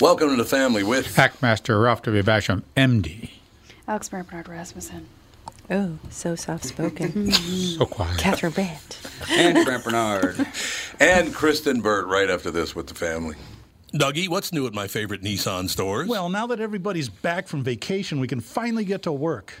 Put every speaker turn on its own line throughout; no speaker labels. Welcome to the family with
Hackmaster Ralph W. Basham, MD.
Alex Bernard Rasmussen.
Oh, so soft spoken.
So quiet.
Catherine Brandt.
and Grant Bernard and Kristen Burt right after this with the family.
Dougie, what's new at my favorite Nissan stores?
Well, now that everybody's back from vacation, we can finally get to work.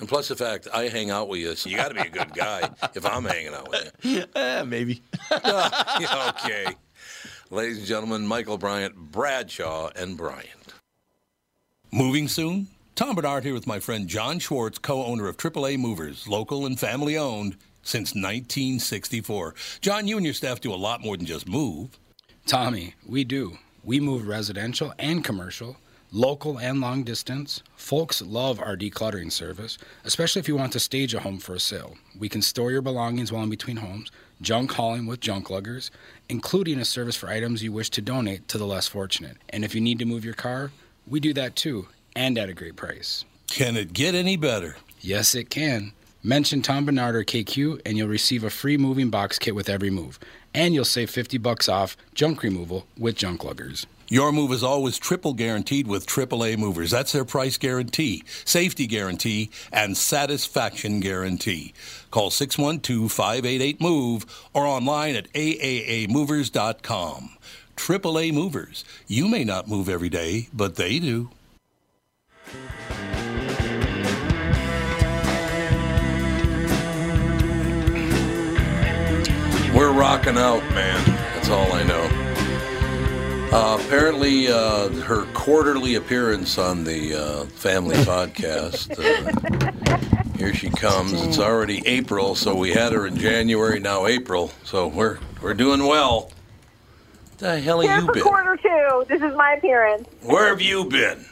And plus the fact I hang out with you, so you got to be a good guy if I'm hanging out with you.
Eh, maybe.
okay. Ladies and gentlemen, Michael Bryant, Bradshaw, and Bryant.
Moving soon? Tom Bernard here with my friend John Schwartz, co owner of AAA Movers, local and family owned since 1964. John, you and your staff do a lot more than just move.
Tommy, we do. We move residential and commercial, local and long distance. Folks love our decluttering service, especially if you want to stage a home for a sale. We can store your belongings while in between homes, junk hauling with junk luggers, including a service for items you wish to donate to the less fortunate. And if you need to move your car, we do that too, and at a great price.
Can it get any better?
Yes, it can. Mention Tom Bernard or KQ and you'll receive a free moving box kit with every move. And you'll save 50 bucks off junk removal with junk luggers.
Your move is always triple guaranteed with AAA Movers. That's their price guarantee, safety guarantee, and satisfaction guarantee. Call 612 588 MOVE or online at aaamovers.com. AAA Movers. You may not move every day, but they do.
We're rocking out, man. That's all I know. Uh, apparently, uh, her quarterly appearance on the uh, family podcast. Uh, here she comes. It's already April, so we had her in January. Now April, so we're we're doing well. The hell have
Here
you
for
been?
quarter two. This is my appearance.
Where have you been?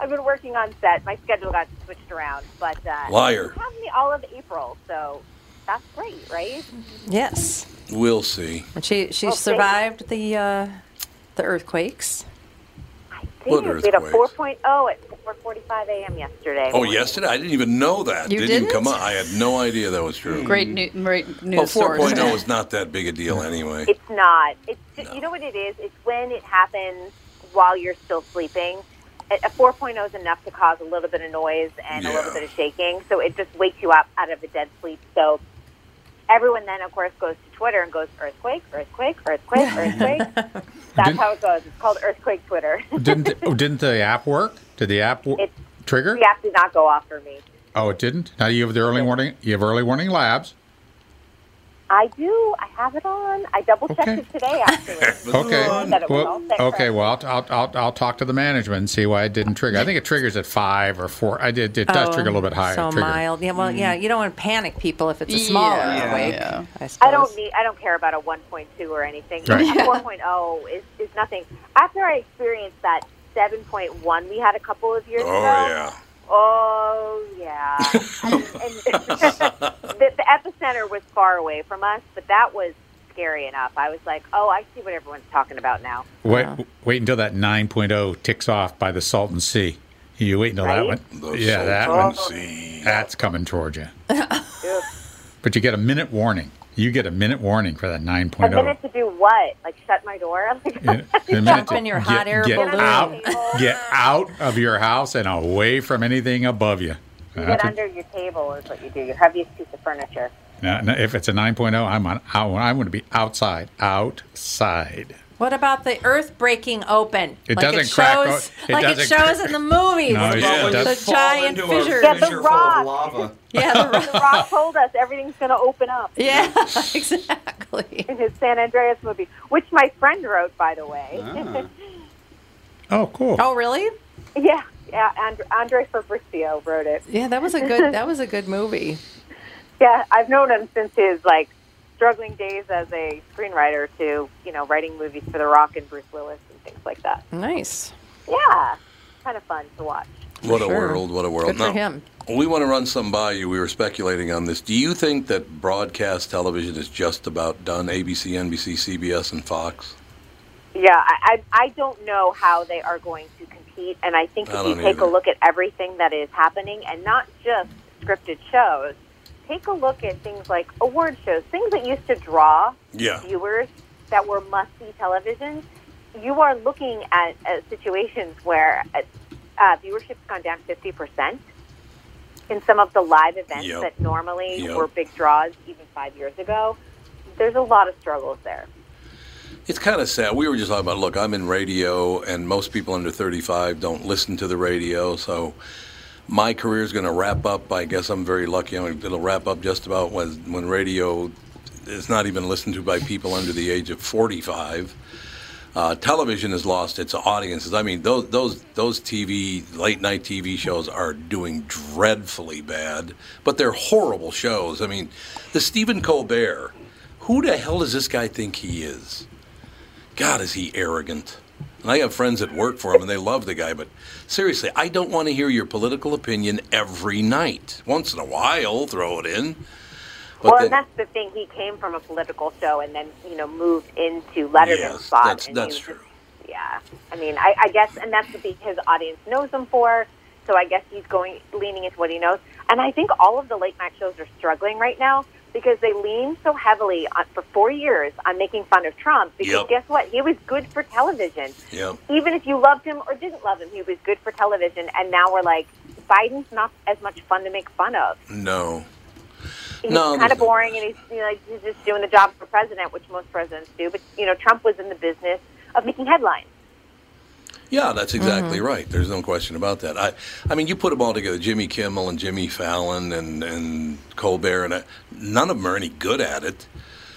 I've been working on set. My schedule got switched around, but uh,
Liar.
You have me all of April, so that's great, right?
Yes.
We'll see.
And she she
Well, thank-
survived the uh, the earthquakes.
What
Damn, we had a
earthquake?
4.0 at 4:45 a.m. yesterday.
Oh, yesterday? I didn't even know that.
You
didn't, even
didn't?
come on. I had no idea that was true.
Great, new, great news
Well,
source.
4.0 is not that big a deal anyway.
It's not. It's you know what it is. It's when it happens while you're still sleeping. A a 4.0 is enough to cause a little bit of noise and a little
Yeah.
bit of shaking, so it just wakes you up out of a dead sleep. So everyone then, of course, goes to Twitter and goes earthquake, earthquake, earthquake, earthquake. That's how it goes. It's called earthquake Twitter.
didn't oh, didn't the app work? Did the app wo-
It-
trigger?
The app did not go off for me.
Oh, it didn't. Now you have the early warning. You have early warning labs.
I do. I have it on. I double checked it today afterwards.
Okay.
That it was all
Well,
set
okay.
correctly.
Well, I'll, I'll, I'll, I'll talk to the management and see why it didn't trigger. I think it triggers at five or four. I did. It does
Oh,
trigger a little bit higher.
So
trigger.
mild. Yeah. Well, yeah. You don't want to panic people if it's a smaller
Yeah,
awake.
yeah.
I
I,
suppose.
don't need. I don't care about a 1.2 or anything.
Right.
A 4.0 is, is nothing. After I experienced that 7.1 we had a couple of years
Oh,
ago.
yeah.
Oh yeah. and and the, the epicenter was far away from us, but that was scary enough. I was like, oh, I see what everyone's talking about now.
Wait, wait until that 9.0 ticks off by the Salton Sea. You wait until
Right?
that one.
The
yeah, that
Salton
one. That's coming towards you.
Ugh.
But you get a minute warning. You get a minute warning for that oh. 9.0.
A minute to do what? Like shut my door? Like,
And- and a minute to get, get Out, get out of your house and away from anything above you.
You
That's
get
what-
under your table is what you do. Your heaviest piece of furniture.
no, no, if it's a 9.0, I'm on. I want- I want to be outside. Outside.
What about the earth breaking open?
It
like
doesn't
it
crack o-
shows,
it
like
doesn't
it shows in the movies.
No, it Yeah, doesn't.
the giant fissures.
Yeah, the rock.
lava.
Yeah, the rock.
the rock told us everything's going to open up.
Yeah, exactly.
In his San Andreas movie, which my friend wrote, by the way.
Ah. Oh, cool.
Oh, really?
yeah, yeah. And- Andre Fabricio wrote it.
Yeah, that was a good. That was a good movie.
Yeah, I've known him since his like struggling days as a screenwriter to you know writing movies for The Rock and Bruce Willis and things like that.
Nice.
Yeah, kind of fun to watch.
What a
Sure.
world! What a world!
Good for him.
we want to run some by you. We were speculating on this. Do you think that broadcast television is just about done? ABC, NBC, CBS, and Fox.
Yeah, I I, I don't know how they are going to compete, and I think if
I
you
don't
take a
either.
look at everything that is happening, and not just scripted shows, take a look at things like award shows, things that used to draw
Yeah.
viewers that were must see television, you are looking at uh, situations where uh, uh, viewership's gone down 50% in some of the live events
Yep.
that normally
Yep.
were big draws even five years ago. There's a lot of struggles there.
It's kind of sad. We were just talking about. Look, I'm in radio, and most people under 35 don't listen to the radio. So my career is going to wrap up. I guess I'm very lucky. I mean, It'll wrap up just about when when radio is not even listened to by people under the age of 45. Uh, television has lost its audiences. I mean, those those those TV late night TV shows are doing dreadfully bad, but they're horrible shows. I mean, the Stephen Colbert. Who the hell does this guy think he is? God, is he arrogant? And I have friends that work for him and they love the guy, but seriously, I don't want to hear your political opinion every night. Once in a while, throw it in. But
well,
then-
and that's the thing. He came from a political show and then, you know, moved into Letterman
Yes,
spot.
that's-
and he
that's
was
true.
just- yeah. I mean, I, I guess, and that's what the, his audience knows him for. So I guess he's going, leaning into what he knows. And I think all of the late night shows are struggling right now because they leaned so heavily on, for four years on making fun of Trump. Because
Yep.
guess what? He was good for television.
yeah.
Even if you loved him or didn't love him, he was good for television. And now we're like, Biden's not as much fun to make fun of
No.
he's
No,
kind
there's
of
no-
boring, and he's you know, like he's just doing the job for president, which most presidents do. But you know, Trump was in the business of making headlines.
Yeah, that's exactly
Mm-hmm.
right. There's no question about that. I, I mean, you put them all together, Jimmy Kimmel and Jimmy Fallon and, and Colbert, and uh, none of them are any good at it.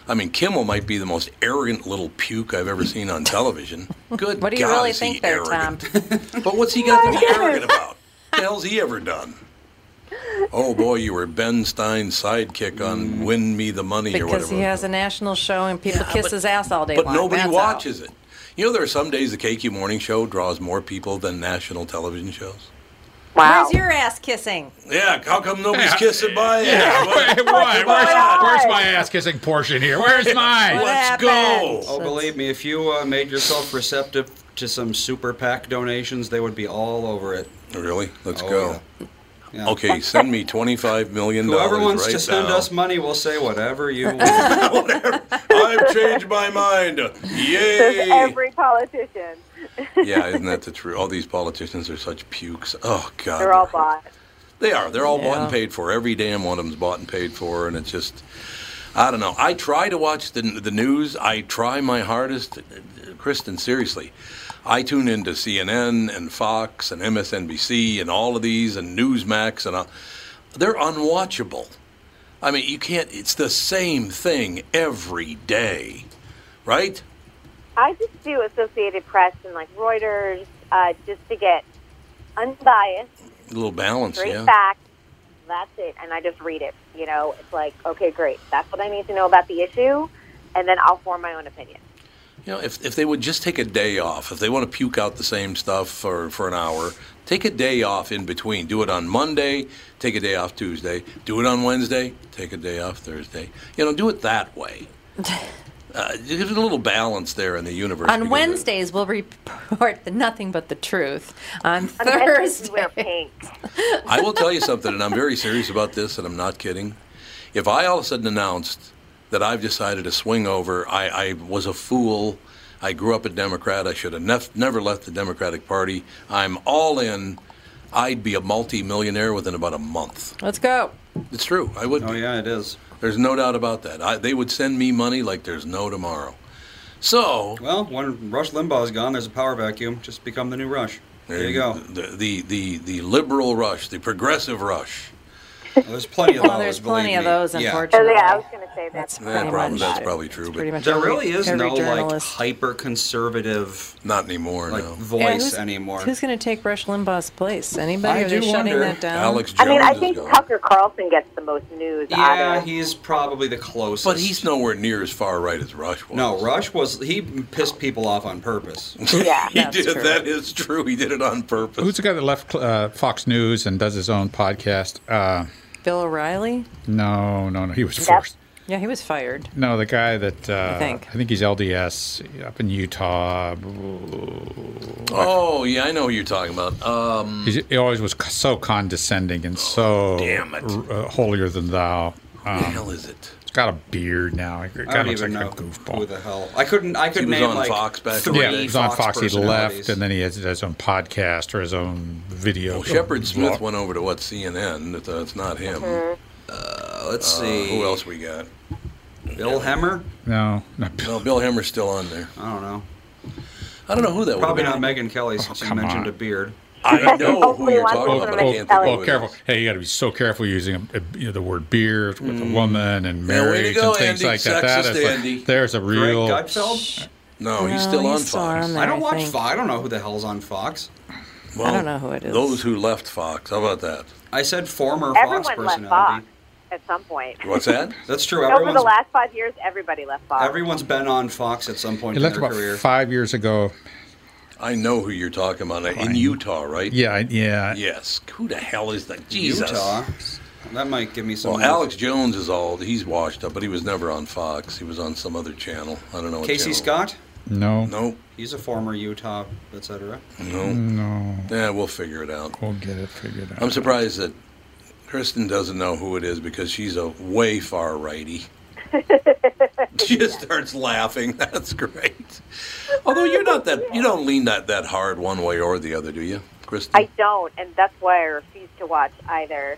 I mean, Kimmel might be the most arrogant little puke I've ever seen on television. Good
What do you
God,
really
is he
think there,
arrogant.
Tom?
But what's he got to be arrogant about? What the hell's he ever done? Oh boy, you were Ben Stein's sidekick on "Win Me the Money" or
Mm. Because
whatever.
he has a national show and people kiss his ass all day
but
long.
nobody
That's all.
watches it. You know, there are some days the KQ Morning Show draws more people than national television shows.
Wow. Where's your ass kissing?
Yeah, how come nobody's kissing my ass?
What- Where's, where's my ass kissing portion here? Where's mine?
Oh, believe me, if you uh, made yourself receptive to some super PAC donations, they would be all over it.
Really? Let's
Oh,
go.
Yeah.
Okay, send me twenty-five million dollars
Whoever wants
right
to send
now.
us money will say whatever you want.
I've changed my mind.
Says
Yay!
every politician.
yeah, isn't that the truth? All these politicians are such pukes. Oh God,
They're all bought.
They are. They're all bought
Yeah.
and paid for. Every damn one of them's bought and paid for, and it's just, I don't know. I try to watch the the news. I try my hardest, Kristen. Seriously, I tune into CNN and Fox and MSNBC and all of these and Newsmax and all. they're unwatchable. I mean, you can't. It's the same thing every day, right?
I just do Associated Press and like Reuters uh, just to get unbiased,
A little balance,
straight
yeah.
facts. That's it, and I just read it. You know, it's like, okay, great. That's what I need to know about the issue, and then I'll form my own opinion.
You know, if, if they would just take a day off, if they want to puke out the same stuff for, for an hour, take a day off in between. Do it on Monday, take a day off Tuesday, do it on Wednesday, take a day off Thursday. You know, do it that way. Uh, there's a little balance there in the universe.
On
because-
Wednesdays, we'll report the nothing but the truth. On
Wednesdays,
Thursday,
we wear pink.
I will tell you something, and I'm very serious about this, and I'm not kidding. If I all of a sudden announced that I've decided to swing over, I, I was a fool. I grew up a Democrat. I should have nef- never left the Democratic Party. I'm all in. I'd be a multi-millionaire within about a month.
Let's go.
It's true. I would. Oh
yeah, it is.
There's no doubt about that. I, they would send me money like there's no tomorrow. So
well, when Rush Limbaugh's gone, there's a power vacuum. Just become the new Rush. There you go.
The the the, the liberal rush, the progressive rush.
there's plenty of
Well,
those.
Oh, there's
believe
plenty of
me.
those,
Yeah.
unfortunately.
Oh, Yeah, I was going to say that.
That's
Yeah,
pretty
probably-
much.
that's probably true.
pretty much
there
every-
really is
every
no like
journalist.
hyper conservative,
not anymore,
like
Yeah,
voice
who's-
anymore.
Who's going to take Rush Limbaugh's place? Anybody?
I
Are they
do
shutting
wonder.
that down?
Alex
I mean, I
Jones is
think
gone.
Tucker Carlson gets the most news out
Yeah,
of
he's probably the closest.
But he's nowhere near as far right as Rush was.
No, Rush was he pissed people off on purpose.
Yeah,
he did. That is true. He did it on purpose.
Who's the guy that left uh, Fox News and does his own podcast? Uh,
Bill O'Reilly?
no, no, no. He was forced.
Yeah, he was fired.
No, the guy that uh,
I think.
he's LDS up in Utah.
Oh yeah, I know who you're talking about. Um,
He's, he always was so condescending and so
damn it.
r- uh, holier than thou. Um,
the hell is it?
He's got a beard now. He kinda
I don't
looks
even
like a
know
goofball.
who the hell. I couldn't. I could
He was
name
on
like
Fox back in the
three
yeah, he was on Fox. He
personalities.
left, and then he has his own podcast or his own video.
Well, Oh, Shepard Smith went over to what CNN. It's, uh, it's not him. Uh,
let's see.
Who else we got?
Bill Hemmer.
No, no.
No, Bill Hemmer's still on there.
I don't know.
I don't know who that. would've
Probably
been.
not Megan Kelly since you mentioned
oh, on.
a beard.
I know who
Hopefully
you're
one
talking
person
about.
will
but I
make
can't
Kelly.
think
Oh,
of it.
careful! Hey, you got to be so careful using uh, you know, the word beer with a woman
Yeah,
and
way to
marriage
go,
and things
Andy.
like that. That
Sexist
is like-
Andy.
there's a real.
Greg Gutfeld.
No, he's still on Fox.
I don't watch Fox. I don't know who the hell's on Fox.
Well,
don't know who it is.
Those who left Fox. How about that?
I said former
Everyone
Fox
left
personality.
Fox at some point.
What's that?
That's true.
Over
Everyone's,
the last five years, everybody left Fox.
everyone's been on Fox at some point
He
in
left
their
about
career.
five years ago.
I know who you're talking about. In Utah, right?
Yeah, I- yeah.
Yes. Who the hell is that? Jesus.
Utah. That might give me some.
Well, Alex Jones is all he's washed up, but he was never on Fox. He was on some other channel. I don't know. What
Casey
channel.
Scott.
No,
Nope.
He's a former Utah, etc.
No.
no.
Yeah, we'll figure it out.
We'll get it figured out.
I'm surprised that Kristen doesn't know who it is because she's a way far righty. she just starts laughing. That's great. Although you're not that, you don't lean that that hard one way or the other, do you, Kristen?
I don't, and that's why I refuse to watch either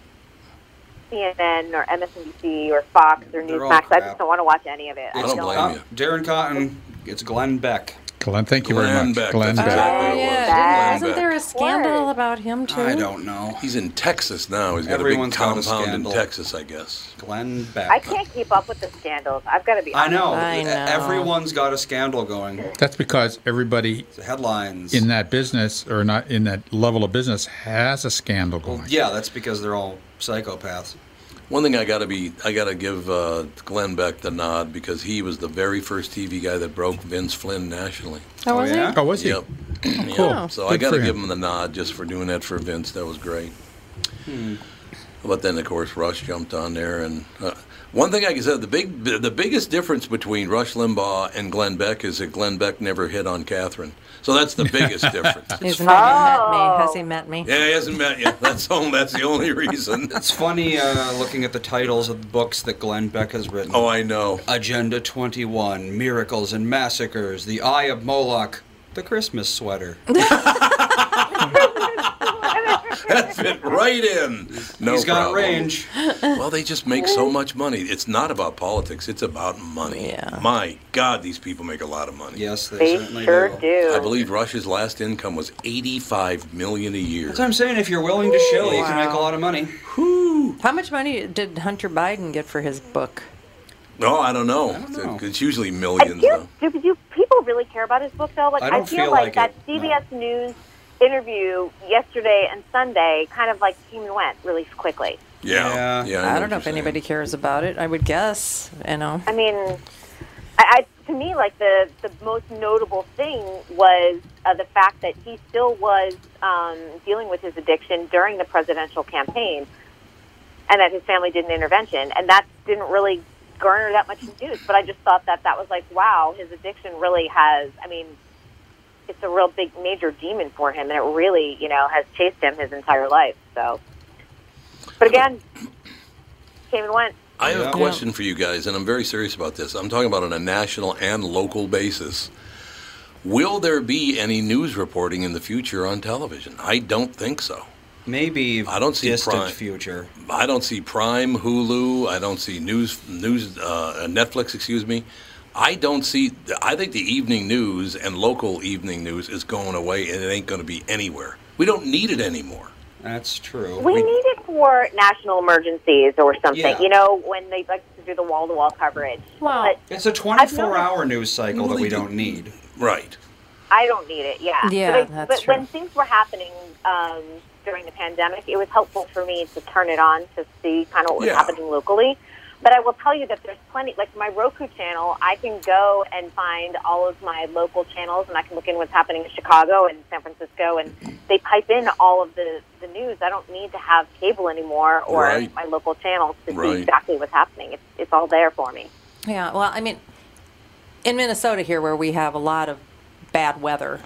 CNN or MSNBC or Fox or
They're all
Newsmax. I
crap. Uh,
just don't want to watch any of it.
I don't blame you.
Darren Cotton. It's Glenn Beck.
Glenn, thank you very
Glenn
much.
Beck,
Glenn
that's
Beck.
exactly what it was.
Oh, Yeah,
Glenn
wasn't
Beck.
there a scandal about him too?
I don't know.
He's in Texas now. He's got
Everyone's
a
got a
big compound in
scandal.
Texas, I guess.
Glenn Beck.
I can't keep up with the scandals. I've got to be
I
honest.
know. E,
I know.
Everyone's got a scandal going.
That's because everybody
The headlines.
in that business or not in that level of business has a scandal going.
yeah, that's because they're all psychopaths.
One thing I gotta be, I gotta give uh, Glenn Beck the nod because he was the very first TV guy that broke Vince Flynn nationally.
Oh, was he?
Oh, was he?
Yep.
Oh,
Yep.
cool.
So
Good
I gotta
for
give him the nod just for doing that for Vince. That was great. But then, of course, Rush jumped on there, and uh, one thing I can say the big, the biggest difference between Rush Limbaugh and Glenn Beck is that Glenn Beck never hit on Catherine. So that's the biggest difference.
He's not met me. Has he met me?
Yeah, he hasn't met you. That's all. That's the only reason.
It's funny uh, looking at the titles of the books that Glenn Beck has written.
Oh, I know.
Agenda 21, Miracles and Massacres, The Eye of Moloch, The Christmas Sweater.
That fit right in. No
He's got
problem.
range.
Well, they just make so much money. It's not about politics. It's about money. Yeah. My God, these people make a lot of money.
Yes, they,
They
certainly
sure
do.
do.
I believe Rush's last income was eighty-five million a year.
That's what I'm saying. If you're willing to shill, you can
Wow.
make a lot of money.
How much money did Hunter Biden get for his book?
No, Oh, I don't know. It's usually millions.
Do, do, do people really care about his book though? Like
I don't
feel,
feel like
like, that CBS News interview yesterday and Sunday kind of like came and went really quickly.
Yeah. Yeah.
I, don't know if anybody cares about it. I would guess, you know.
I mean, I, I to me like the the most notable thing was uh, the fact that he still was um, dealing with his addiction during the presidential campaign, and that his family did an intervention, and that didn't really garner that much news. But I just thought that that was like, wow, his addiction really has. I mean, it's a real big major demon for him, and it really you know has chased him his entire life. So, but again, came and went.
I have
Yeah.
a question for you guys, and I'm very serious about this. I'm talking about on a national and local basis. Will there be any news reporting in the future on television? I don't think so.
Maybe
I don't see
distant
Prime.
future.
I don't see Prime, Hulu. I don't see news, news, uh, Netflix. Excuse me. I don't see. I think the evening news and local evening news is going away, and it ain't going to be anywhere. We don't need it anymore.
That's true.
We need it for national emergencies or something.
Yeah.
You know, when they like to do the wall to wall coverage. Well,
It's a 24 hour news cycle that we don't need.
Right.
I don't need it. Yeah.
Yeah,
but I-
that's
but
true.
when things were happening um, during the pandemic, it was helpful for me to turn it on to see kind of what was
Yeah.
happening locally. But I will tell you that there's plenty. Like my Roku channel, I can go and find all of my local channels, and I can look in what's happening in Chicago and San Francisco, and they pipe in all of the the news. I don't need to have cable anymore or
Right.
my local channels to
Right.
see exactly what's happening. It's it's all there for me.
Yeah, well, I mean, in Minnesota here, where we have a lot of bad weather,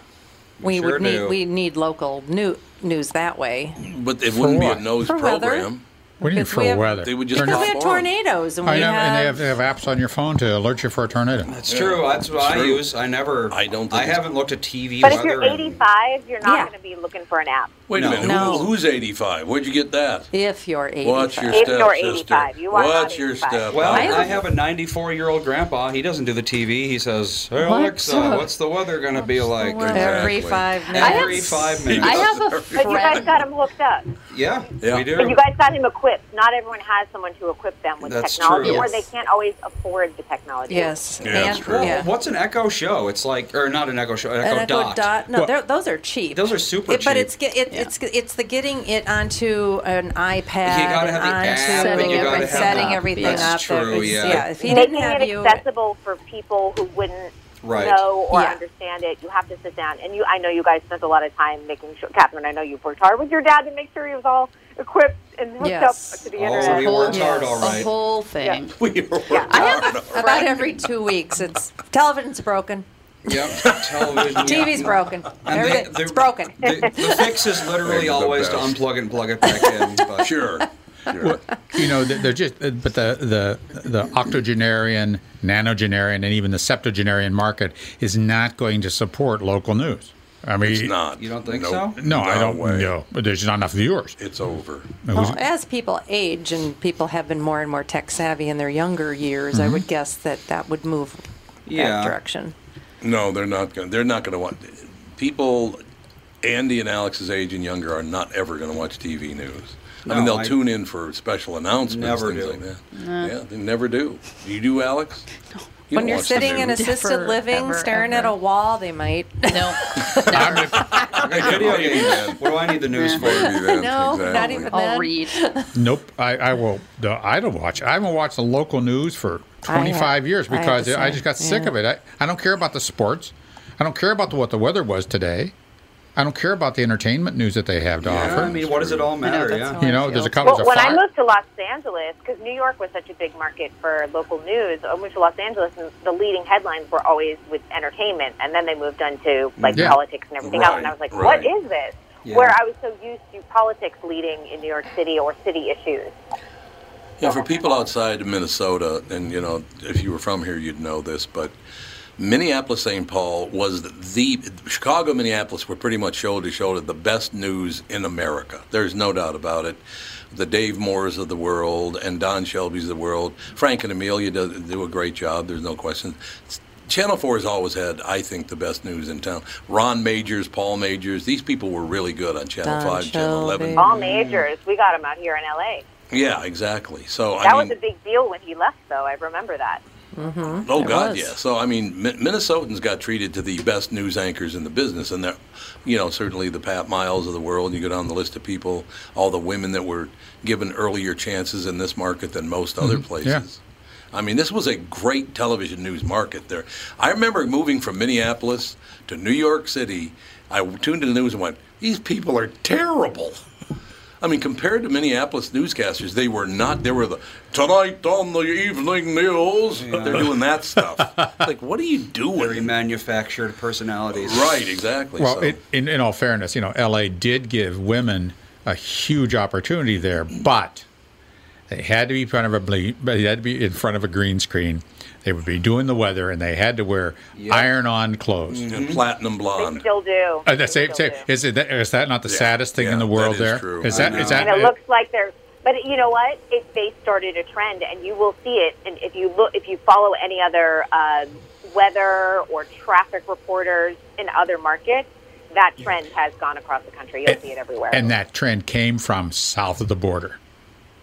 we,
sure
would need
do.
we need local new, news that way.
But it wouldn't be a nose
For weather.
program.
What do you mean
Because
for
we have-
weather?
They would just
Because we have
on.
tornadoes and
I
we
know, and they have,
have.
they have apps on your phone to alert you for a tornado.
That's true. That's what I use. I never. I
don't.
I haven't looked at TV
But if
weather.
you're
and-
85, you're not going to be looking for an app.
Wait a minute. Who, who's 85? Where'd you get that?
If you're 85.
What's your
If
step
you're
sister?
85, you are
What's
not
your
85.
step?
Well,
I
I have a 94 year old grandpa. He doesn't do the TV. He says, hey,
What's
Alexa,
up?
what's the weather going to be like?
weather? Every five
Exactly.
minutes.
Every five minutes.
I have
a
But you guys got him hooked up.
yeah, we do.
But you guys got him equipped. Not everyone has someone to equip them with
That's
technology,
true.
or
Yes.
they can't always afford the technology.
Yes.
Yeah, that's
And-
true.
yeah.
What's an Echo Show? It's like, or not an Echo Show, an Echo,
An Echo
Dot.
Dot. No, they're- those are cheap.
Those are super
It- but
cheap.
it's get- it, it's it's the getting it onto an iPad,
gotta have the
onto
app, but you gotta have
setting
the-
everything
That's
up.
true,
It's-
yeah.
If he
Making
didn't have
it
you,
accessible for people who wouldn't
Right.
know or
Yeah.
understand it, you have to sit down. And you, I know you guys spent a lot of time making sure, Catherine. I know you worked hard with your dad to make sure he was all equipped and hooked
Yes.
up to the
Oh,
internet.
we worked Yes. hard, all The right.
whole thing.
about every two weeks, it's television's broken.
Yep, television.
TV's broken.
And they-
Everything, it's broken.
The fix is literally always to unplug it and plug it back in. But.
Sure.
Well, you know, they're they're just, uh, but the, the, the octogenarian, nanogenarian, and even the septuagenarian market is not going to support local news. I mean,
It's not. You don't
think
No, I don't know. But there's not enough viewers.
It's over.
Well, as people age and people have been more and more tech savvy in their younger years, I
Mhm.
would guess that that would move
Yeah.
that direction.
No, they're not going. to They're not going to want people. Andy and Alex's age and younger are not ever going to watch TV news. I mean,
No,
they'll
I-
tune in for special announcements,
Never
things
do.
like that.
No.
Yeah, they never do. Do you do, Alex? You
when
don't
you're
watch the
sitting in
news.
assisted living, staring at a wall, they might. No.
I'm,
Video games. What do I need the news for?
no, not even
I'll
then.
read.
Nope, I, I will. no, I don't watch. I haven't watched the local news for
I have-
25 years
I have
because
the
I,
same,
just got sick
yeah.
of it. I, I don't care about the sports. I don't care about the, what the weather was today. I don't care about the entertainment news that they have to offer.
Yeah, I mean, what does it all matter? yeah.
you know, there's a couple.
Well,
There's a
when I
fire.
moved to Los Angeles, because New York was such a big market for local news, I moved to Los Angeles, and the leading headlines were always with entertainment, and then they moved on to like
Yeah.
politics and everything else, and I
Right,
was like,
right.
what is this?
Yeah.
Where I was so used to politics leading in New York City or city issues.
Yeah, for people outside of Minnesota, and you know, if you were from here, you'd know this, but Minneapolis St. Paul was the Chicago, Minneapolis were pretty much shoulder to shoulder the best news in America. There's no doubt about it. The Dave Moores of the world and Don Shelby's of the world. Frank and Amelia do, do a great job. There's no question. Channel 4 has always had, I think, the best news in town. Ron Majors, Paul Majors, these people were really good on Channel
Don
5, Channel 11.
All majors, we got him out here in L.A.
Yeah, exactly. So
that
I mean,
was a big deal when he left, though. I remember that.
Mm-hmm.
Oh God, yeah. So I mean, Min- Minnesotans got treated to the best news anchors in the business, and they're, you know, certainly the Pat Miles of the world. You go down the list of people, all the women that were given earlier chances in this market than most other
Mhm,
places.
yeah.
I mean, this was a great television news market there. I remember moving from Minneapolis to New York City. I tuned in the news and went, "These people are terrible." I mean, compared to Minneapolis newscasters, they were not. They were the tonight on the evening news. They're doing that stuff. like, what are you doing?
Very manufactured personalities.
Right, exactly.
Well, it, in, in all fairness, you know, LA did give women a huge opportunity there, but they had to be in front of a ble- they had to be in front of a green screen. They would be doing the weather, and they had to wear iron-on clothes.
And platinum blonde.
Still do.
Uh, that's it, say- is, it, that, is that not the saddest thing in the world?
is
There
true.
is
I
that is
know.
that
Um, and it looks like they're. But you know what? It, they started a trend, and you will see it. And if you look, if you follow any other uh, weather or traffic reporters in other markets, that trend has gone across the country. You'll see it everywhere.
and that trend came from south of the border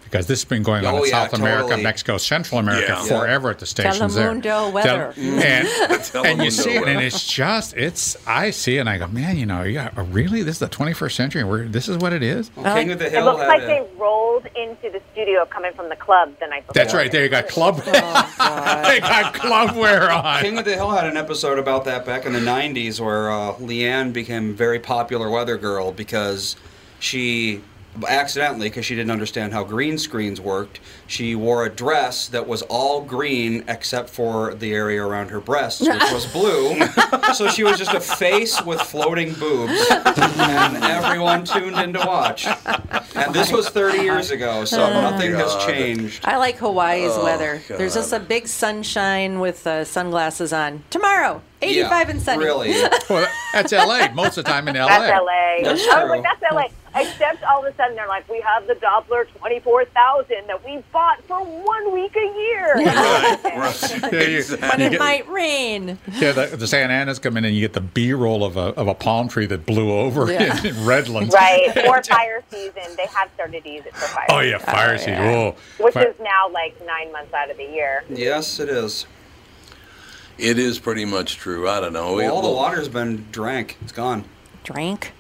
because this has been going on
Oh,
in
yeah,
South America,
totally.
Mexico, Central America
Yeah.
forever at the stations there.
Telemundo weather.
and, and you
Telemundo
see it, and
weather.
it's just it's. I see it, and I go, man, you know, yeah, really, this is the 21st century. and We're this is what it is.
Oh, it looks like they rolled into the studio coming from the club the night before.
That's right. There you got club. they got club wear on.
King of the Hill had an episode about that back in the 90s where uh, Leanne became a very popular weather girl because she accidentally because she didn't understand how green screens worked she wore a dress that was all green except for the area around her breasts which was blue so she was just a face with floating boobs and everyone tuned in to watch and this was 30 years ago so
Oh,
nothing has
God.
changed
I like Hawaii's
Oh,
weather. There's
God.
just a big sunshine with uh, sunglasses on. Tomorrow, 85 and sunny.
well, that's L.A. Most of the time in L.A.
That's LA. I was like, that's LA. Except all of a sudden they're like, we have the Doppler 24,000 that we bought for one week a year.
Yeah, you-
But
you
it
get-
might rain.
Yeah, the, the Santa Ana's come in and you get the B roll of a, of a palm tree that blew over
Yeah.
in, Redlands.
right. Or fire season. They have started to use it for fire
Oh, yeah, fire seed. Oh,
Which
Fire-
is now like nine months out of the year.
yes it is
It is pretty much true. I don't know.
Well,
It
all the
will-
water's been drank. It's gone.
Drank?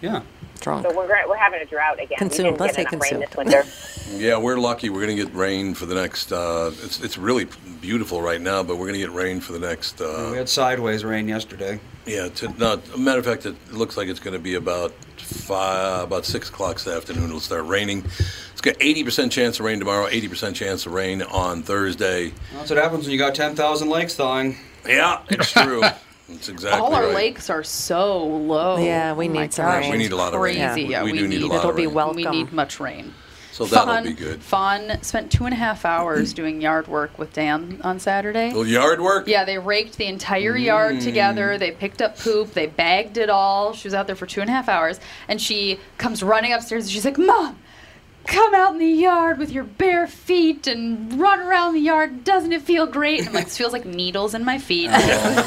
Yeah.
Drunk.
So we're, gra- we're having a drought again. We
Consumed.
didn't
Let's
get
say
enough rain
consumed.
this winter.
Yeah, we're lucky. We're going to get rain for the next. Uh, it's it's really beautiful right now, but we're going to get rain for the next. Uh,
we had sideways rain yesterday.
Yeah, to not. A matter of fact, it looks like it's going to be about five, about six o'clock this afternoon. It'll start raining. It's got eighty percent chance of rain tomorrow. Eighty percent chance of rain on Thursday.
That's what happens when you got 10,000 lakes thawing.
Yeah, it's true. it's exactly
All our
right.
lakes are so low.
Yeah, we
Oh my
need some
gosh,
rain.
it's
We need a lot of rain.
crazy.
Yeah.
Yeah,
We
we,
do need
need,
a lot of
be
rain.
welcome. We need much rain.
So that'll
Fawn-
be good.
Fawn spent two and a half hours doing yard work with Dan on Saturday.
Little yard work.
Yeah, they raked the entire yard
Mm.
together. They picked up poop. They bagged it all. She was out there for two and a half hours, and she comes running upstairs and she's like, "Mom, come out in the yard with your bare feet and run around the yard. Doesn't it feel great?" And I'm like, "This feels like needles in my feet.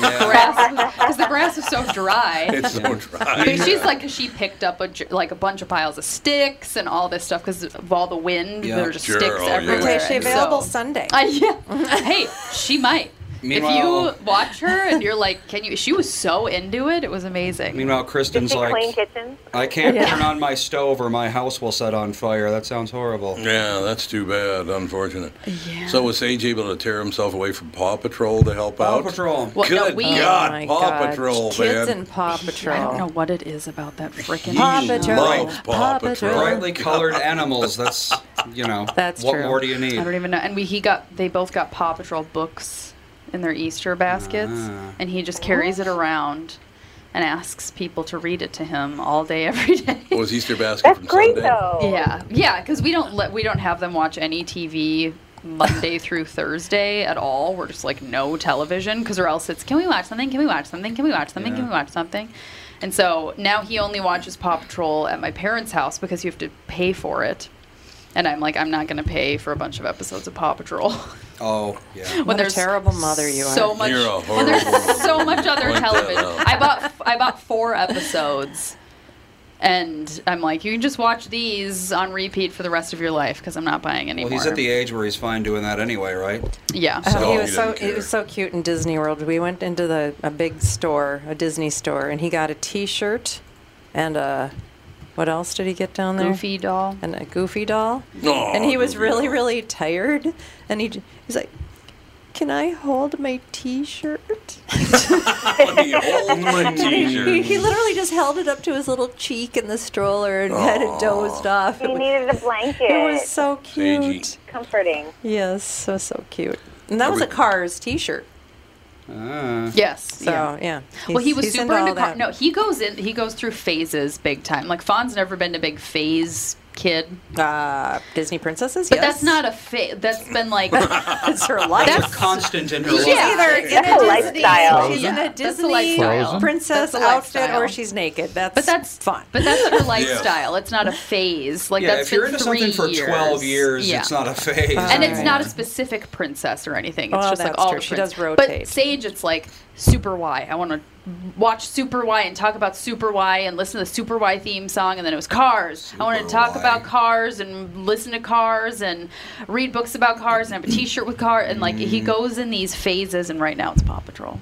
Grass, because the grass is so dry."
It's so dry.
But she's like, 'cause she picked up a j- like a bunch of piles of sticks and all this stuff because of all the wind.
Yeah.
There were just
Sure,
sticks
oh, yeah.
everywhere.
Okay, is she
and so-
available Sunday?
Uh, yeah. hey, she might.
Meanwhile-
if you watch her and you're like, can you? She was so into it; it was amazing.
Meanwhile, Kristen's like,
kitchens?
I can't
Yeah.
turn on my stove or my house will set on fire. That sounds horrible.
Yeah, that's too bad. Unfortunate. So was Sage able to tear himself away from Paw Patrol to help out? Paw
Patrol.
Well,
Good
no, we-
God,
Oh my
Paw
God.
Patrol,
Kids
man.
and Paw Patrol.
I don't know what it is about that freaking
Paw Patrol.
Loves
Paw Patrol.
Brightly colored animals. That's you know.
That's
what
true.
more do you
I don't
need?
even know. And we he got they both got Paw Patrol books in their Easter baskets,
Ah.
and he just carries it around and asks people to read it to him all day every day.
What was Easter oh, basket from Sunday?
Yeah, yeah, because we don't let we don't have them watch any TV Monday through Thursday at all. We're just like no television because or else it's can we watch something? Can we watch something? Can we watch something? Can
Yeah.
we watch something? And so now he only watches Paw Patrol at my parents' house because you have to pay for it. And I'm like, I'm not going to pay for a bunch of episodes of Paw Patrol
Oh, yeah.
when there's
terrible mother you are.
so much
You're a
when there's
horrible-
so much other
Point that
television.
out.
I bought I bought four episodes, and I'm like, you can just watch these on repeat for the rest of your life because I'm not buying any
Well,
more.
he's at the age where he's fine doing that anyway, right?
yeah.
Oh,
So-
he was
He
so
didn't
he was so cute in Disney World. We went into the a big store, a Disney store, and he got a T-shirt and a what else did he get down there?
Goofy doll
and a Goofy doll.
Aw,
and he was
Goofy
really
doll.
really tired, and he j- he's like, "Can I hold my T-shirt?"
Hold my
He, he
t-shirt.
literally just held it up to his little cheek in the stroller and had it dozed off.
He needed a blanket.
It was so cute.
comforting.
Yes, so so cute. And that was a
Every-
Cars T-shirt.
Yes.
So yeah.
well, he
He's-
was
he's
super into,
all
car-
that.
no. He goes in. He goes through phases big time. Like Fawn's never been a big phase kid.
Uh, Disney princesses.
But
yes.
that's not a phase. That's been like
it's her life.
That's a constant in her
She's
life.
either in
That's
a,
a
Disney,
lifestyle.
she's in
Yeah,
a
that's a
Disney
lifestyle. Frozen?
princess
That's a
outfit,
lifestyle.
or she's naked. That's but that's fun.
But that's her
Yes.
lifestyle. It's not a phase. Like
yeah,
that's
if you're
been
into
three
something for
years.
12 years,
Yeah.
it's not a phase.
and it's not a
anymore.
specific princess or anything. It's
Well,
just like
Oh, that's
all
true.
the
She does
prince-
rotate.
But Sage, it's like Super Y. I want to watch Super Y and talk about Super Y and listen to the Super Y theme song. And then it was Cars. I want to talk about Cars and listen to Cars and read books about Cars and have a T-shirt with Car. And like
Mm.
he goes in these phases. And right now it's Paw Patrol.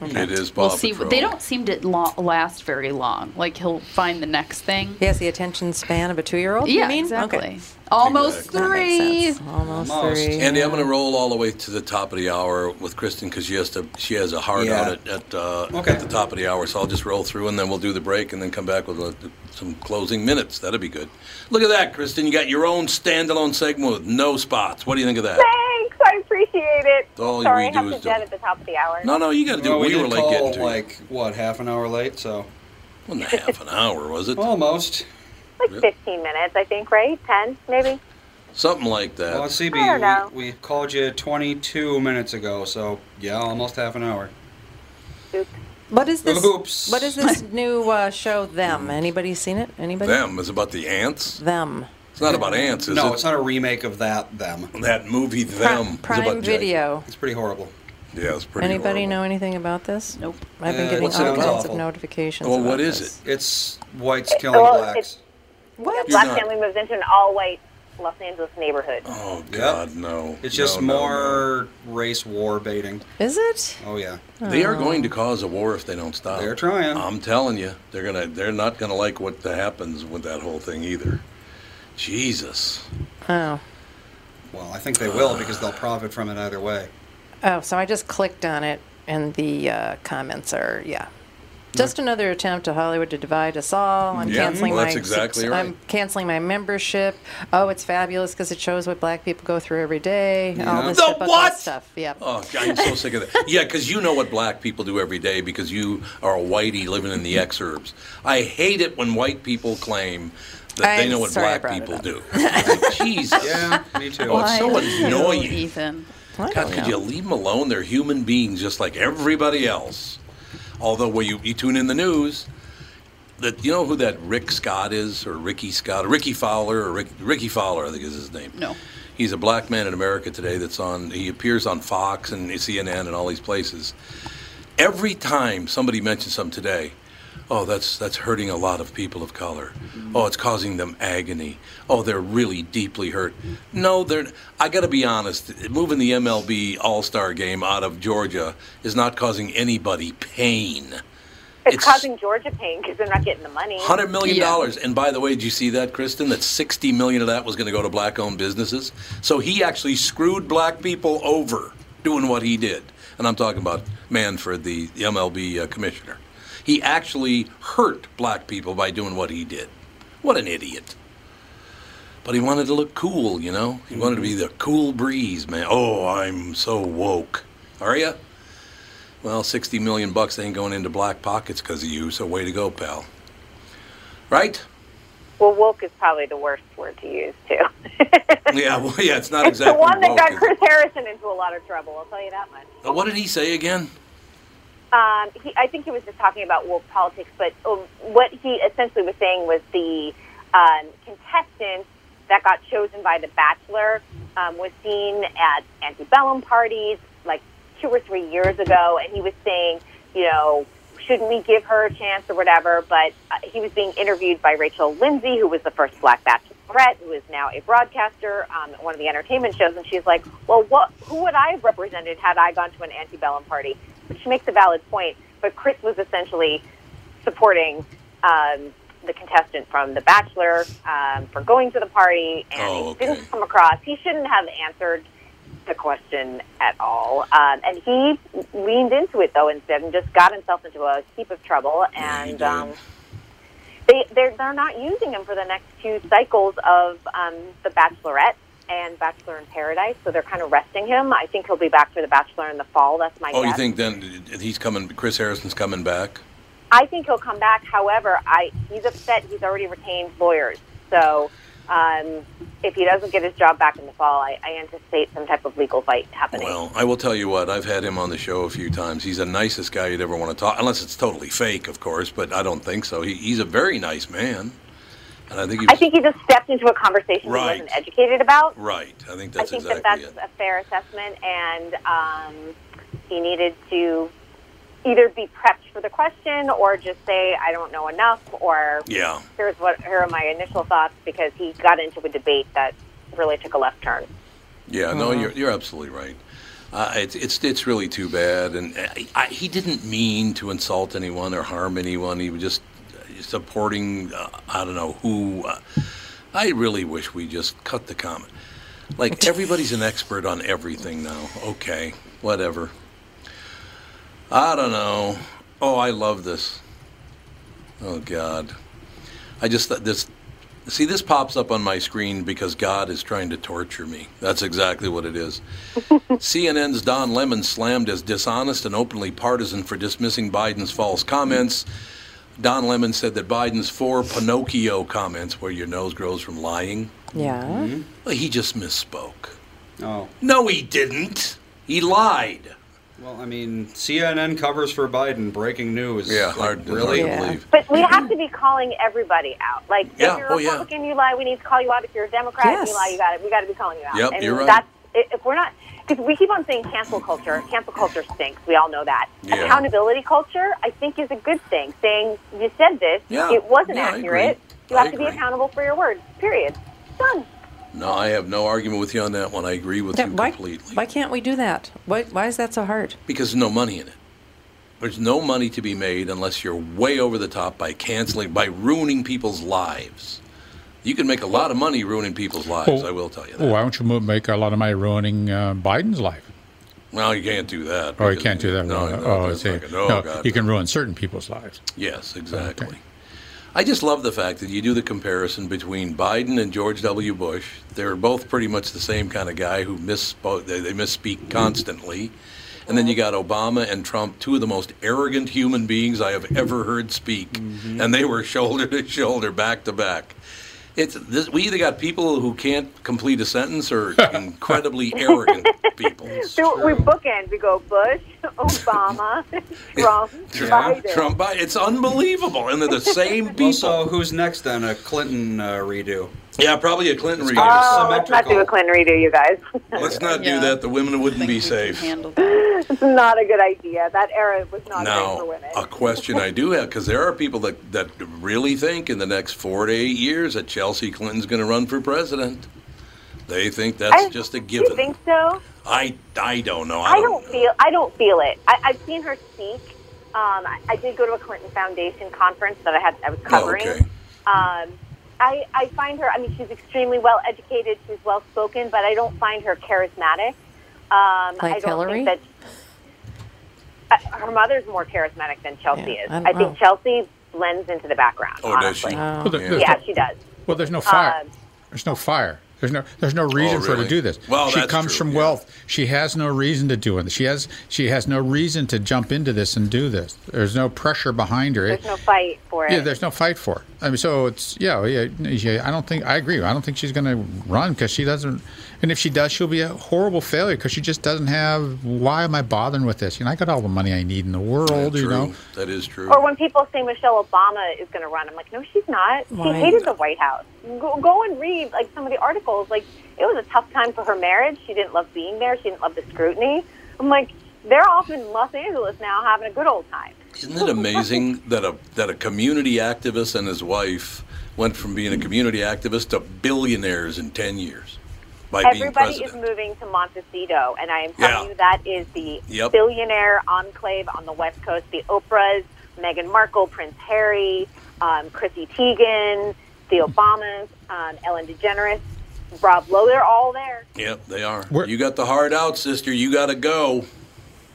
It is Paw
we'll see.
Patrol.
They don't seem to lo- last very long. Like he'll find the next thing.
He has the attention span of a two-year-old.
Yeah,
you mean?
exactly.
Okay.
Almost
That makes
three.
sense. Almost, three.
Andy, I'm going to roll all the way to the top of the hour with Kristen because she has to. She has a hard
Yeah.
out at at, uh, at the top of the hour, so I'll just roll through and then we'll do the break and then come back with uh some closing minutes. That'd be good. Look at that, Kristen. You got your own standalone segment with no spots. What do you think of that?
Thanks, I appreciate it.
All you
Sorry, I
redo
have
is
to
do it.
jet at the top of the hour.
Well,
we
did
were late getting
call,
to you.
like what half an hour late, so
One and a half an hour was it?
almost
Like 15 minutes, I think, right? 10, maybe?
something like that.
Well, CB,
I don't know.
Oh, We, we called you 22 minutes ago, so yeah, almost half an hour.
What is this?
Oops.
What is this new uh, show? Them. Anybody seen it? Anybody?
Them is about the ants.
Them.
It's not about ants, is
no,
it?
it's not a remake of that. Them.
That movie Them.
Prime
is about
Video.
It's pretty horrible.
Yeah, it's pretty.
Anybody know anything about this?
Nope.
I've been
Uh,
getting all
it sounds
kinds
awful.
of notifications.
Well,
about
what is
this.
it?
It's whites killing
well,
blacks.
it's-
What?
A black
You're not-
family moves into an all-white Los Angeles neighborhood.
Oh God, no.
It's just
No, no,
more race war baiting.
Is it?
Oh yeah.
They are going to cause a war if they don't stop. They're
trying.
I'm telling you, they're gonna. They're not gonna like what happens with that whole thing either. Jesus.
Oh.
Well, I think they will because they'll profit from it either way.
Oh, so I just clicked on it, and the uh, comments are yeah. Just another attempt to Hollywood to divide us all. I'm
Yeah, Mm-hmm.
canceling
well, that's
my
exactly
subs-
right.
I'm canceling my membership. Oh, it's fabulous because it shows what black people go through every day. All
Yeah.
this
The
typical
what?
stuff. Yep.
Oh, God, I'm so sick of that. Yeah, because you know what black people do every day because you are a whitey living in the exurbs. I hate it when white people claim that they
I'm
know what
sorry I
black
brought
people
it
do. Like, Jesus.
Yeah, me too.
Oh, it's so
Why?
annoying.
Ethan.
God, could you leave them alone? They're human beings just like everybody else. Although when you, you tune in the news, that you know who that Rick Scott is, or Ricky Scott, or Ricky Fowler, or Rick, Ricky Fowler, I think is his name.
No.
He's a black man in America today. That's on. He appears on Fox and CNN and all these places. Every time somebody mentions something today, Oh, that's that's hurting a lot of people of color. Oh, it's causing them agony. Oh, they're really deeply hurt. No, they're. I got to be honest. Moving the MLB All Star Game out of Georgia is not causing anybody pain.
It's, causing Georgia pain because they're not getting the money.
Hundred million dollars. And by the way, did you see that, Kristen? That sixty million of that was going to go to black-owned businesses. So he actually screwed black people over doing what he did. And I'm talking about Manfred, the the MLB uh, commissioner. He actually hurt black people by doing what he did. What an idiot! But he wanted to look cool, you know. He wanted to be the cool breeze, man. Oh, I'm so woke. Are you? Well, 60 million bucks ain't going into black pockets because of you, so way to go, pal. Right?
Well, woke is probably the worst word to use, too.
Yeah, well, yeah, it's not
it's the
exactly.
one that
woke,
got
is it?
Chris Harrison into a lot of trouble, I'll tell you that much.
Uh, What did he say again?
Um, he, I think he was just talking about woke politics, but um, what he essentially was saying was the um, contestant that got chosen by The Bachelor um, was seen at antebellum parties like two or three years ago, and he was saying, you know, shouldn't we give her a chance or whatever? But uh, he was being interviewed by Rachel Lindsay, who was the first black bachelorette, who is now a broadcaster um, at one of the entertainment shows, and she's like, "Well, what? Who would I have represented had I gone to an antebellum party?" But she makes a valid point. But Chris was essentially supporting um, the contestant from The Bachelor um, for going to the party, and
Oh,
he didn't come across. He shouldn't have answered the question at all. Um, and he leaned into it though instead and just got himself into a heap of trouble. And um, they they're they're not using him for the next two cycles of um, the Bachelorette and Bachelor in Paradise, so they're kind of resting him. I think he'll be back for the Bachelor in the fall. That's my
oh,
guess.
you think then he's coming? Chris Harrison's coming back.
I think he'll come back. However, I he's upset. He's already retained lawyers, so. Um, if he doesn't get his job back in the fall, I, I anticipate some type of legal fight happening.
Well, I will tell you what. I've had him on the show a few times. He's the nicest guy you'd ever want to talk, unless it's totally fake, of course. But I don't think so. He, he's a very nice man, and I think he
I
was
think he just stepped into a conversation
Right.
he wasn't educated about.
right. I think that's
I think
exactly
that
it.
that's a fair assessment, and um, he needed to either be prepped for the question or just say, "I don't know enough," or
Yeah.
"Here's what here are my initial thoughts," because he got into a debate that really took a left turn.
Yeah, no, you're, you're absolutely right. Uh, it's it's it's really too bad, and I, I, he didn't mean to insult anyone or harm anyone. He was just supporting uh, I don't know who. Uh, I really wish we just cut the comment. Like everybody's an expert on everything now. Okay, whatever. I don't know. Oh, I love this. Oh God, I just th- this See, this pops up on my screen because God is trying to torture me. That's exactly what it is. CNN's Don Lemon slammed as dishonest and openly partisan for dismissing Biden's false comments. Don Lemon said that Biden's four Pinocchio comments, where your nose grows from lying,
Yeah.
well, he just misspoke.
Oh.
No, he didn't. He lied.
Well, I mean, CNN covers for Biden. Breaking news.
Yeah,
Like,
hard to-
really.
hard to Yeah. believe.
But we
Mm-hmm.
have to be calling everybody out. Like
Yeah,
if you're a
oh, yeah.
Republican, you lie. We need to call you out. If you're a Democrat,
Yes.
you lie. You got it. We got to be calling you out.
Yep,
and
you're right.
That's i- if we're not because we keep on saying cancel culture. Cancel culture stinks. We all know that.
Yeah.
Accountability culture, I think, is a good thing. Saying you said this,
Yeah.
it wasn't
Yeah, I
accurate.
agree.
You
I
have to be
agree.
accountable for your words. Period. Done.
No, I have no argument with you on that one. I agree with you
why,
completely.
why can't we do that? Why, why is that so hard?
because there's no money in it. There's no money to be made unless you're way over the top by canceling, by ruining people's lives. You can make a lot of money ruining people's lives.
Well-
I will tell you. that.
Why don't you move, make a lot of money ruining uh, Biden's life?
Well, you can't do that.
Oh, you
because-
can't do that.
No, no,
oh,
that's
I see.
not good. Oh,
no,
God,
you can ruin certain people's lives.
Yes, exactly. I just love the fact that you do the comparison between Biden and George W. Bush. They're both pretty much the same kind of guy who misspoke. They, they misspeak constantly. And then you got Obama and Trump, two of the most arrogant human beings I have ever heard speak, and they were shoulder to shoulder, back to back. It's this, we either got people who can't complete a sentence or incredibly arrogant.
So we bookend. We go Bush, Obama, Trump,
Trump,
Biden.
Trump, Bi- it's unbelievable, and they're the same people.
So Oh, who's next then? A Clinton uh, redo.
Yeah, probably a Clinton redo.
Oh, let's not do a Clinton redo, you guys.
Let's not do that. The women wouldn't be safe.
Handle that. It's not a good idea. That era was not
Now,
great for women.
a question I do have because there are people that, that really think in the next four to eight years that Chelsea Clinton's going to run for president. They think that's
I-
just a
Do you
given.
think so?
I I don't know. I
I
don't,
don't feel I don't feel it. I, I've seen her speak. Um, I, I did go to a Clinton Foundation conference that I had I was covering.
Oh, okay.
Um, I, I find her. I mean, she's extremely well educated. She's well spoken, but I don't find her charismatic. Um,
Like
I don't
Hillary?
think that uh, her mother's more charismatic than Chelsea
Yeah,
is.
I
I,
don't know.
think Chelsea blends into the background.
Oh, does she?
honestly.
Oh. Well, there- there's
Yeah,
no-
she does.
Well, there's no fire.
Um,
There's no fire. There's no there's no reason
Oh,
for her
really?
to do this.
Well,
she
that's
comes
true,
from wealth. She has no reason to do it. She has she has no reason to jump into this and do this. There's no pressure behind her.
there's no fight for it.
yeah, there's no fight for it. I mean, so it's yeah, yeah. yeah, I don't think I agree. I don't think she's going to run because she doesn't. And if she does, she'll be a horrible failure because she just doesn't have. Why am I bothering with this? You know, I got all the money I need in the world. you
True.
know,
That is true.
Or when people say Michelle Obama is going to run, I'm like, no, she's not.
Why?
She hated the White House. Go, go and read like some of the articles. Like it was a tough time for her marriage. She didn't love being there. She didn't love the scrutiny. I'm like, they're off in Los Angeles now having a good old time.
Isn't it amazing that a that a community activist and his wife went from being a community activist to billionaires in ten years by being
Everybody
president?
is moving to Montecito, and I am
Yeah.
telling you that is the
Yep.
billionaire enclave on the West Coast. The Oprahs, Meghan Markle, Prince Harry, um, Chrissy Teigen, the Obamas, um, Ellen DeGeneres, Rob Lowe. They're all there.
Yep, they are. you got the hard out, sister. You got to go.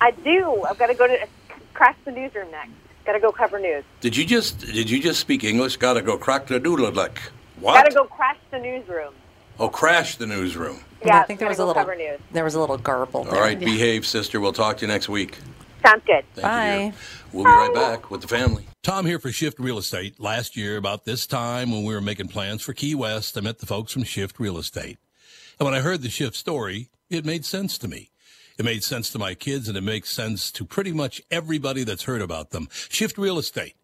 I do. I've got to go to crash the newsroom next. Got to go cover news.
Did you just did you just speak English? Got to go crack the doodle like what?
Got to go crash the newsroom.
Oh, crash the newsroom.
Yeah,
I think there
gotta
was
go
a little
cover news.
there was a little garble.
All right, behave, sister. We'll talk to you next week.
Sounds good.
Thank You, dear. we'll be right back with the family.
Tom here for Shift Real Estate. Last year, about this time when we were making plans for Key West, I met the folks from Shift Real Estate. And when I heard the Shift story, it made sense to me. It made sense to my kids and it makes sense to pretty much everybody that's heard about them. Shift Real Estate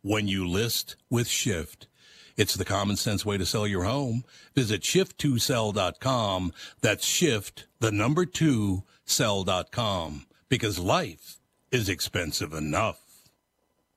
when you list with Shift. It's the common sense way to sell your home. Visit shift2sell.com. That's shift, the number two, sell.com. Because life is expensive enough.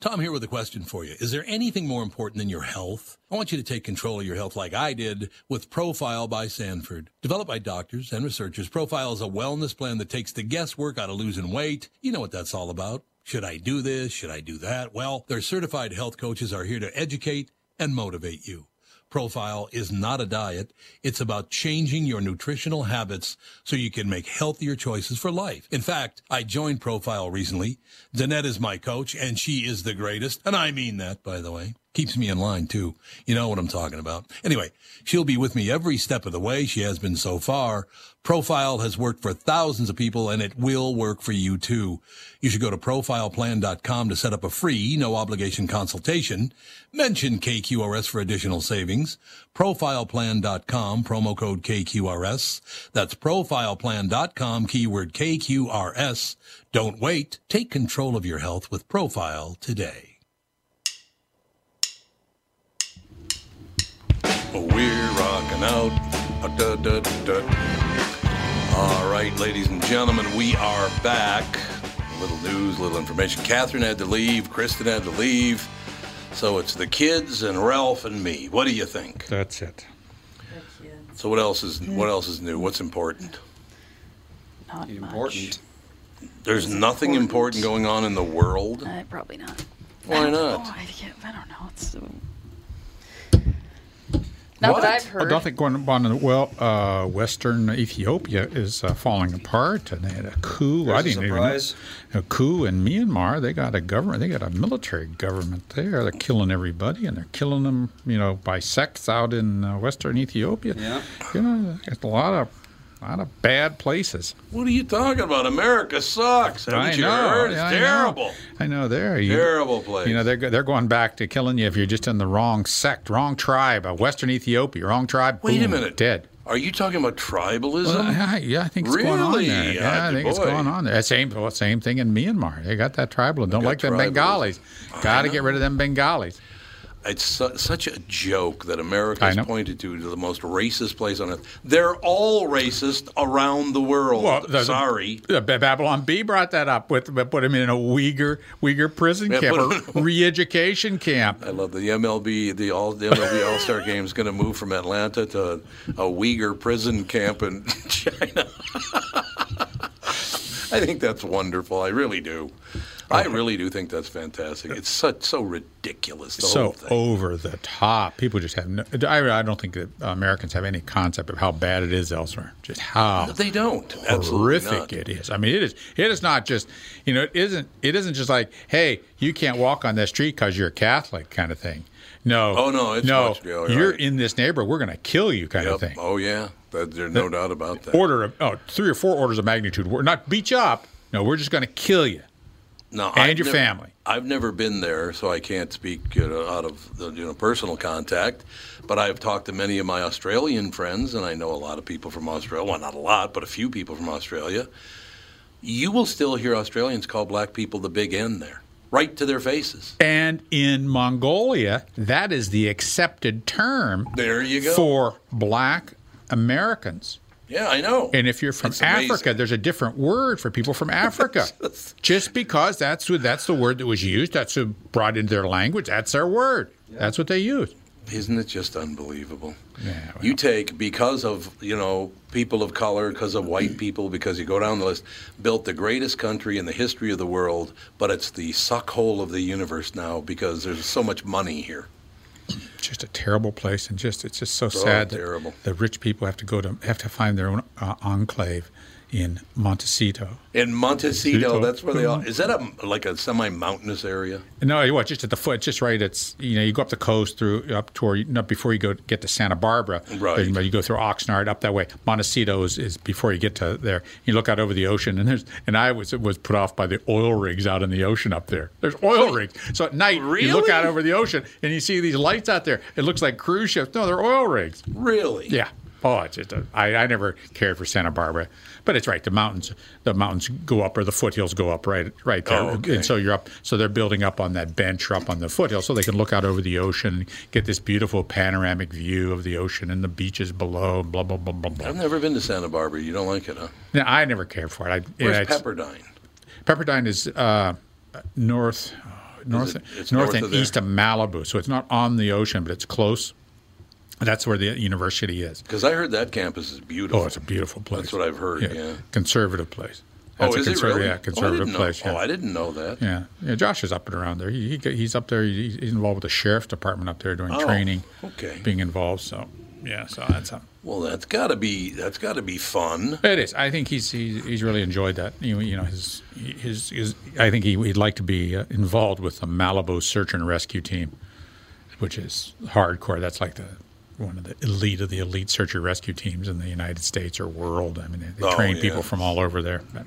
Tom here with a question for you. Is there anything more important than your health? I want you to take control of your health like I did with Profile by Sanford. Developed by doctors and researchers, Profile is a wellness plan that takes the guesswork out of losing weight. You know what that's all about. Should I do this? Should I do that? Well, their certified health coaches are here to educate and motivate you. Profile is not a diet. It's about changing your nutritional habits so you can make healthier choices for life. In fact, I joined Profile recently. Danette is my coach and she is the greatest. And I mean that, by the way. Keeps me in line too. You know what I'm talking about. Anyway, she'll be with me every step of the way. She has been so far. Profile has worked for thousands of people and it will work for you too. You should go to profileplan.com to set up a free, no obligation consultation. Mention KQRS for additional savings. Profileplan.com, promo code KQRS. That's profileplan.com, keyword KQRS. Don't wait. Take control of your health with Profile today.
We're rocking out. Uh, da, da, da, da. All right, ladies and gentlemen, we are back. Little news, little information. Catherine had to leave. Kristen had to leave. So it's the kids and Ralph and me. What do you think?
That's it.
So what else is what else is new? What's important?
Not
important.
There's nothing important going on in the world.
Uh, probably not.
Why
I don't
not?
know. I, can't- I don't know. It's, not
What?
that I've heard.
I don't think going on in well, uh, Western Ethiopia is uh, falling apart, and they had a coup. I
There's a
didn't even know- a coup in Myanmar. They got a government. They got a military government there. They're killing everybody, and they're killing them, you know, by sects out in uh, Western Ethiopia.
Yeah.
you know, it's a lot of, lot of bad places.
What are you talking about? America sucks. Haven't
I
you
know,
heard? It's
I know.
terrible.
I know they're
Terrible place.
You know they're go- they're going back to killing you if you're just in the wrong sect, wrong tribe, a Western Ethiopia, wrong tribe.
Wait a
boom,
minute.
dead.
Are you talking about tribalism?
Well, yeah, yeah, I think it's
really?
going on there. Yeah,
Ah,
I think it's
boy.
going on there. Same, well, same thing in Myanmar. They got that tribalism. Don't
got
like them
tribalism.
Bengalis. Got to
know.
get rid of them Bengalis.
It's su- such a joke that America
I
is
know.
pointed to to the most racist place on earth. They're all racist around the world.
the-
Oh, Sorry.
the Ba- Babylon B brought that up with but put him in a Uyghur Uyghur prison
Yeah,
camp,
put
or re-education camp.
I love the MLB. The all the MLB All Star Game is going to move from Atlanta to a Uyghur prison camp in China. I think that's wonderful. I really do. I really do think that's fantastic. It's such so ridiculous. The
so
whole thing.
over the top. People just have no. I, I don't think that Americans have any concept of how bad it is elsewhere. Just how
They don't. Absolutely
horrific
not.
it is. I mean, it is. It is not just. You know, it isn't. It isn't just like, hey, you can't walk on that street because you're a Catholic kind of thing. No.
Oh, no, it's
no.
much- yeah, you're
you're
right.
in this neighborhood. We're going to kill you kind of
Yep.
thing.
Oh yeah. That, there's no doubt about that.
Order of oh, three or four orders of magnitude. We're not beat you up. No, we're just going to kill you.
No,
And your family.
I've never been there, so I can't speak you know, out of the, you know personal contact. But I've talked to many of my Australian friends, and I know a lot of people from Australia. Well, not a lot, but a few people from Australia. You will still hear Australians call black people the Big N there, right to their faces.
And in Mongolia, that is the accepted term
There you go.
for black Americans.
Yeah, I know.
And if you're from
It's amazing.
Africa, there's a different word for people from Africa. Just because that's who- that's the word that was used, that's who brought into their language, that's their word. That's what they use.
Isn't it just unbelievable? You take because of you know people of color, because of white people, because you go down the list, built the greatest country in the history of the world, but it's the suck hole of the universe now because there's so much money here.
Just a terrible place, and just it's just so
So
sad that
Oh, terrible.
the rich people have to go to have to find their own uh, enclave in Montecito.
In Montecito,
Montecito.
that's where they are. Is that
Mm-hmm.
a like a semi-mountainous area?
No, you what? Just at the foot, just right. It's you know, you go up the coast through up toward not before you go get to Santa Barbara.
Right.
You, know, you go through Oxnard up that way. Montecito is, is before you get to there. You look out over the ocean, and there's and I was was put off by the oil rigs out in the ocean up there. There's oil rigs. So at night, you look
Really?
out over the ocean and you see these lights out there. It looks like cruise ships. No, they're oil rigs.
Really?
Yeah. Oh, it's just a, I, I never cared for Santa Barbara, but it's right. The mountains, the mountains go up, or the foothills go up, right, right there.
Oh, okay.
And so you're up. So they're building up on that bench or up on the foothill, so they can look out over the ocean, and get this beautiful panoramic view of the ocean and the beaches below. Blah blah blah blah blah.
I've never been to Santa Barbara. You don't like it, huh?
Now, I never cared for it. I,
Where's
it's-
Pepperdine?
Pepperdine is uh, north, north,
it- it's
north,
north of
and
there.
east of Malibu. So it's not on the ocean, but it's close. That's where the university is.
Because I heard that campus is beautiful.
Oh, it's a beautiful place.
That's what I've heard. Yeah.
Conservative place. That's
oh,
a
is it
conservative,
really?
Yeah, conservative
oh, I didn't
place.
Know.
Yeah.
Oh, I didn't know that.
yeah. Yeah, Josh is up and around there. He, he he's up there. He, he's involved with the sheriff's department up there doing
Oh,
training.
okay.
Being involved. So yeah. So that's a,
Well, that's got to be that's got to be fun.
it is. I think he's he's, he's really enjoyed that. You, you know his his, his I think he, he'd like to be uh, involved with the Malibu search and rescue team, which is hardcore. That's like the one of the elite of the elite search and rescue teams in the United States or world. I mean, they, they
Oh,
train
yeah.
people from all over there. But,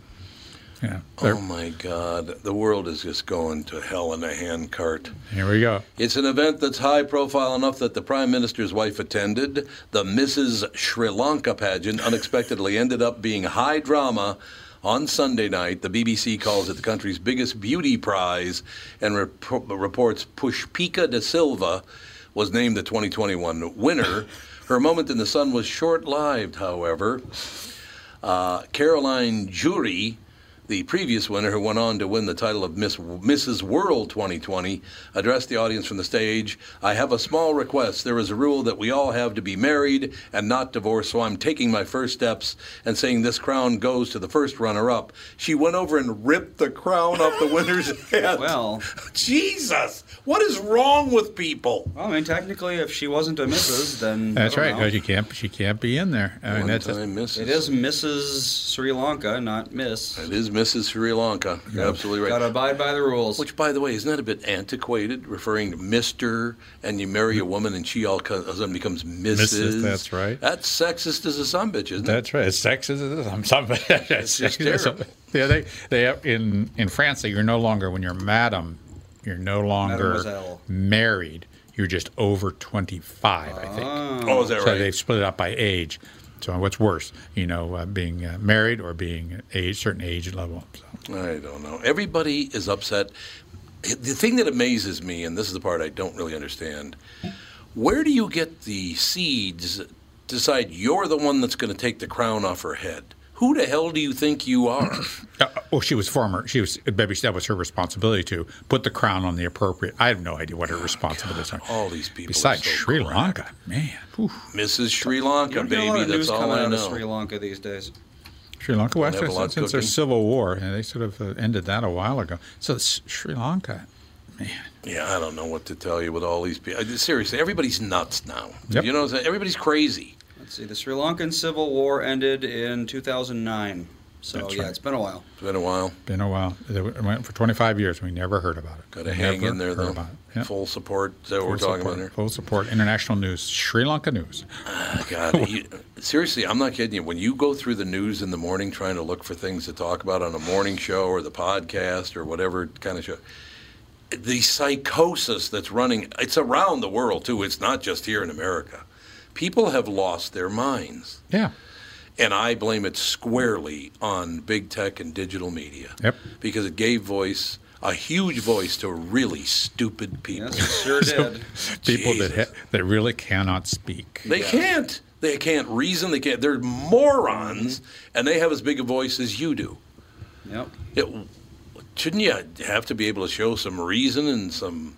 yeah.
Oh my God, the world is just going to hell in a handcart.
Here we go.
It's an event that's high profile enough that the Prime Minister's wife attended. The Mrs. Sri Lanka pageant unexpectedly ended up being high drama on Sunday night. The BBC calls it the country's biggest beauty prize and rep- reports Pushpika da Silva was named the 2021 winner. Her moment in the sun was short lived, however. Uh, Caroline Jury the previous winner, who went on to win the title of Miss Mrs. World 2020, addressed the audience from the stage. I have a small request. There is a rule that we all have to be married and not divorced, so I'm taking my first steps and saying this crown goes to the first runner-up. She went over and ripped the crown off the winner's head.
Well,
Jesus, what is wrong with people?
Well, I mean, technically, if she wasn't a Mrs., then
That's
I
right.
don't know.
Because you can't, she can't be in there. I mean, that's
It is Mrs. Sri Lanka, not Miss.
It is Mrs. Sri Lanka. You're absolutely right.
Got to abide by the rules.
Which, by the way, isn't that a bit antiquated? Referring to Mister, and you marry a woman, and she all co- of a sudden becomes Mrs.
Mrs., that's right.
That's sexist as a sumbitch, isn't it?
That's right. It's sexist. I'm something. It's
just terrible.
Yeah, they they in in France that you're no longer when you're madam, you're no longer
Mademoiselle.
married. You're just over 25, I think.
Oh, is that
so
right?
they've split it up by age. So what's worse, you know, uh, being uh, married or being a certain age level.
I don't know. Everybody is upset. The thing that amazes me, and this is the part I don't really understand, where do you get the seeds to decide you're the one that's going to take the crown off her head? Who the hell do you think you are?
Uh, oh, she was former. She was maybe that was her responsibility to put the crown on the appropriate. I have no idea what her responsibilities are.
Oh, All these people.
Besides Sri Lanka, man,
Mrs. Sri Lanka,
You don't get a lot
baby.
of
That's
news
all
coming
I
out of
know.
Sri Lanka these days.
Sri Lanka. Well,
Don't have a lot
since, since their
cooking.
civil war, and they sort of uh, ended that a while ago. So S- Sri Lanka.
Yeah, I don't know what to tell you with all these people. Seriously, everybody's nuts now.
Yep.
You know, what I'm saying? everybody's crazy.
Let's see. The Sri Lankan Civil War ended in 2009. So,
That's
yeah,
right.
it's been a while.
It's been a while.
Been a while. They w- went for 25 years. We never heard about it.
Got to
We
hang
never
in there,
heard
though.
about it.
Full support. Is that what
Full
we're talking
support,
about here?
Full support. International news. Sri Lanka news.
God, you, seriously, I'm not kidding you. When you go through the news in the morning trying to look for things to talk about on a morning show or the podcast or whatever kind of show, the psychosis that's running, it's around the world too. It's not just here in America. People have lost their minds.
Yeah.
And I blame it squarely on big tech and digital media.
Yep.
Because it gave voice, a huge voice to really stupid people.
sure did.
People that ha- that really cannot speak.
They can't. They can't reason. They can't. They're morons, and they have as big a voice as you do.
Yep.
It- shouldn't you have to be able to show some reason and some,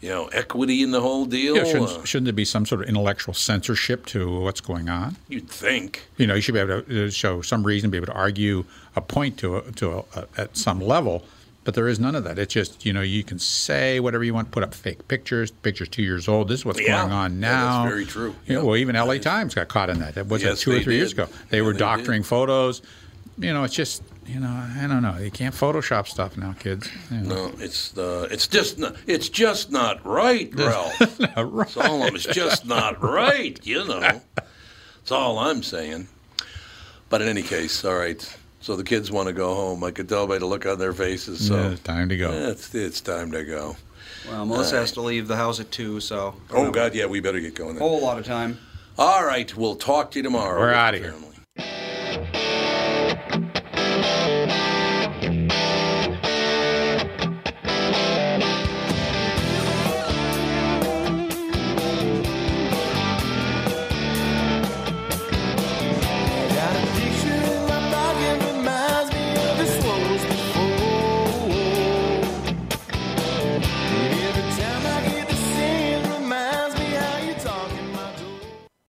you know, equity in the whole deal?
Yeah,
Uh,
shouldn't, shouldn't there be some sort of intellectual censorship to what's going on?
you'd think.
You know, you should be able to uh, show some reason, be able to argue a point to a, to a, a, at some level, but there is none of that. It's just you know you can say whatever you want, put up fake pictures, pictures two years old. This is what's
Yeah.
going on
Yeah, that's
now.
very true.
You know, well, even L.A. Times got caught in that. That was that
Yes,
two or
they
three years
did.
ago. They
Yeah,
were
they did.
doctoring photos. You know, it's just you know I don't know. You can't Photoshop stuff now, kids. You know.
No, it's uh, it's just not, it's just not right, Ralph. It's all I'm, it's just not right, you know. It's all I'm saying. But in any case, all right. So the kids want to go home. I could tell by the look on their faces. So
Yeah, it's time to go.
Yeah, it's, it's time to go.
Well, Melissa
All
has to leave the house at 2, so.
Oh God, yeah, we better get going.
A
Then.
whole lot of time.
All right, we'll talk to you tomorrow.
We're outta here.
Family.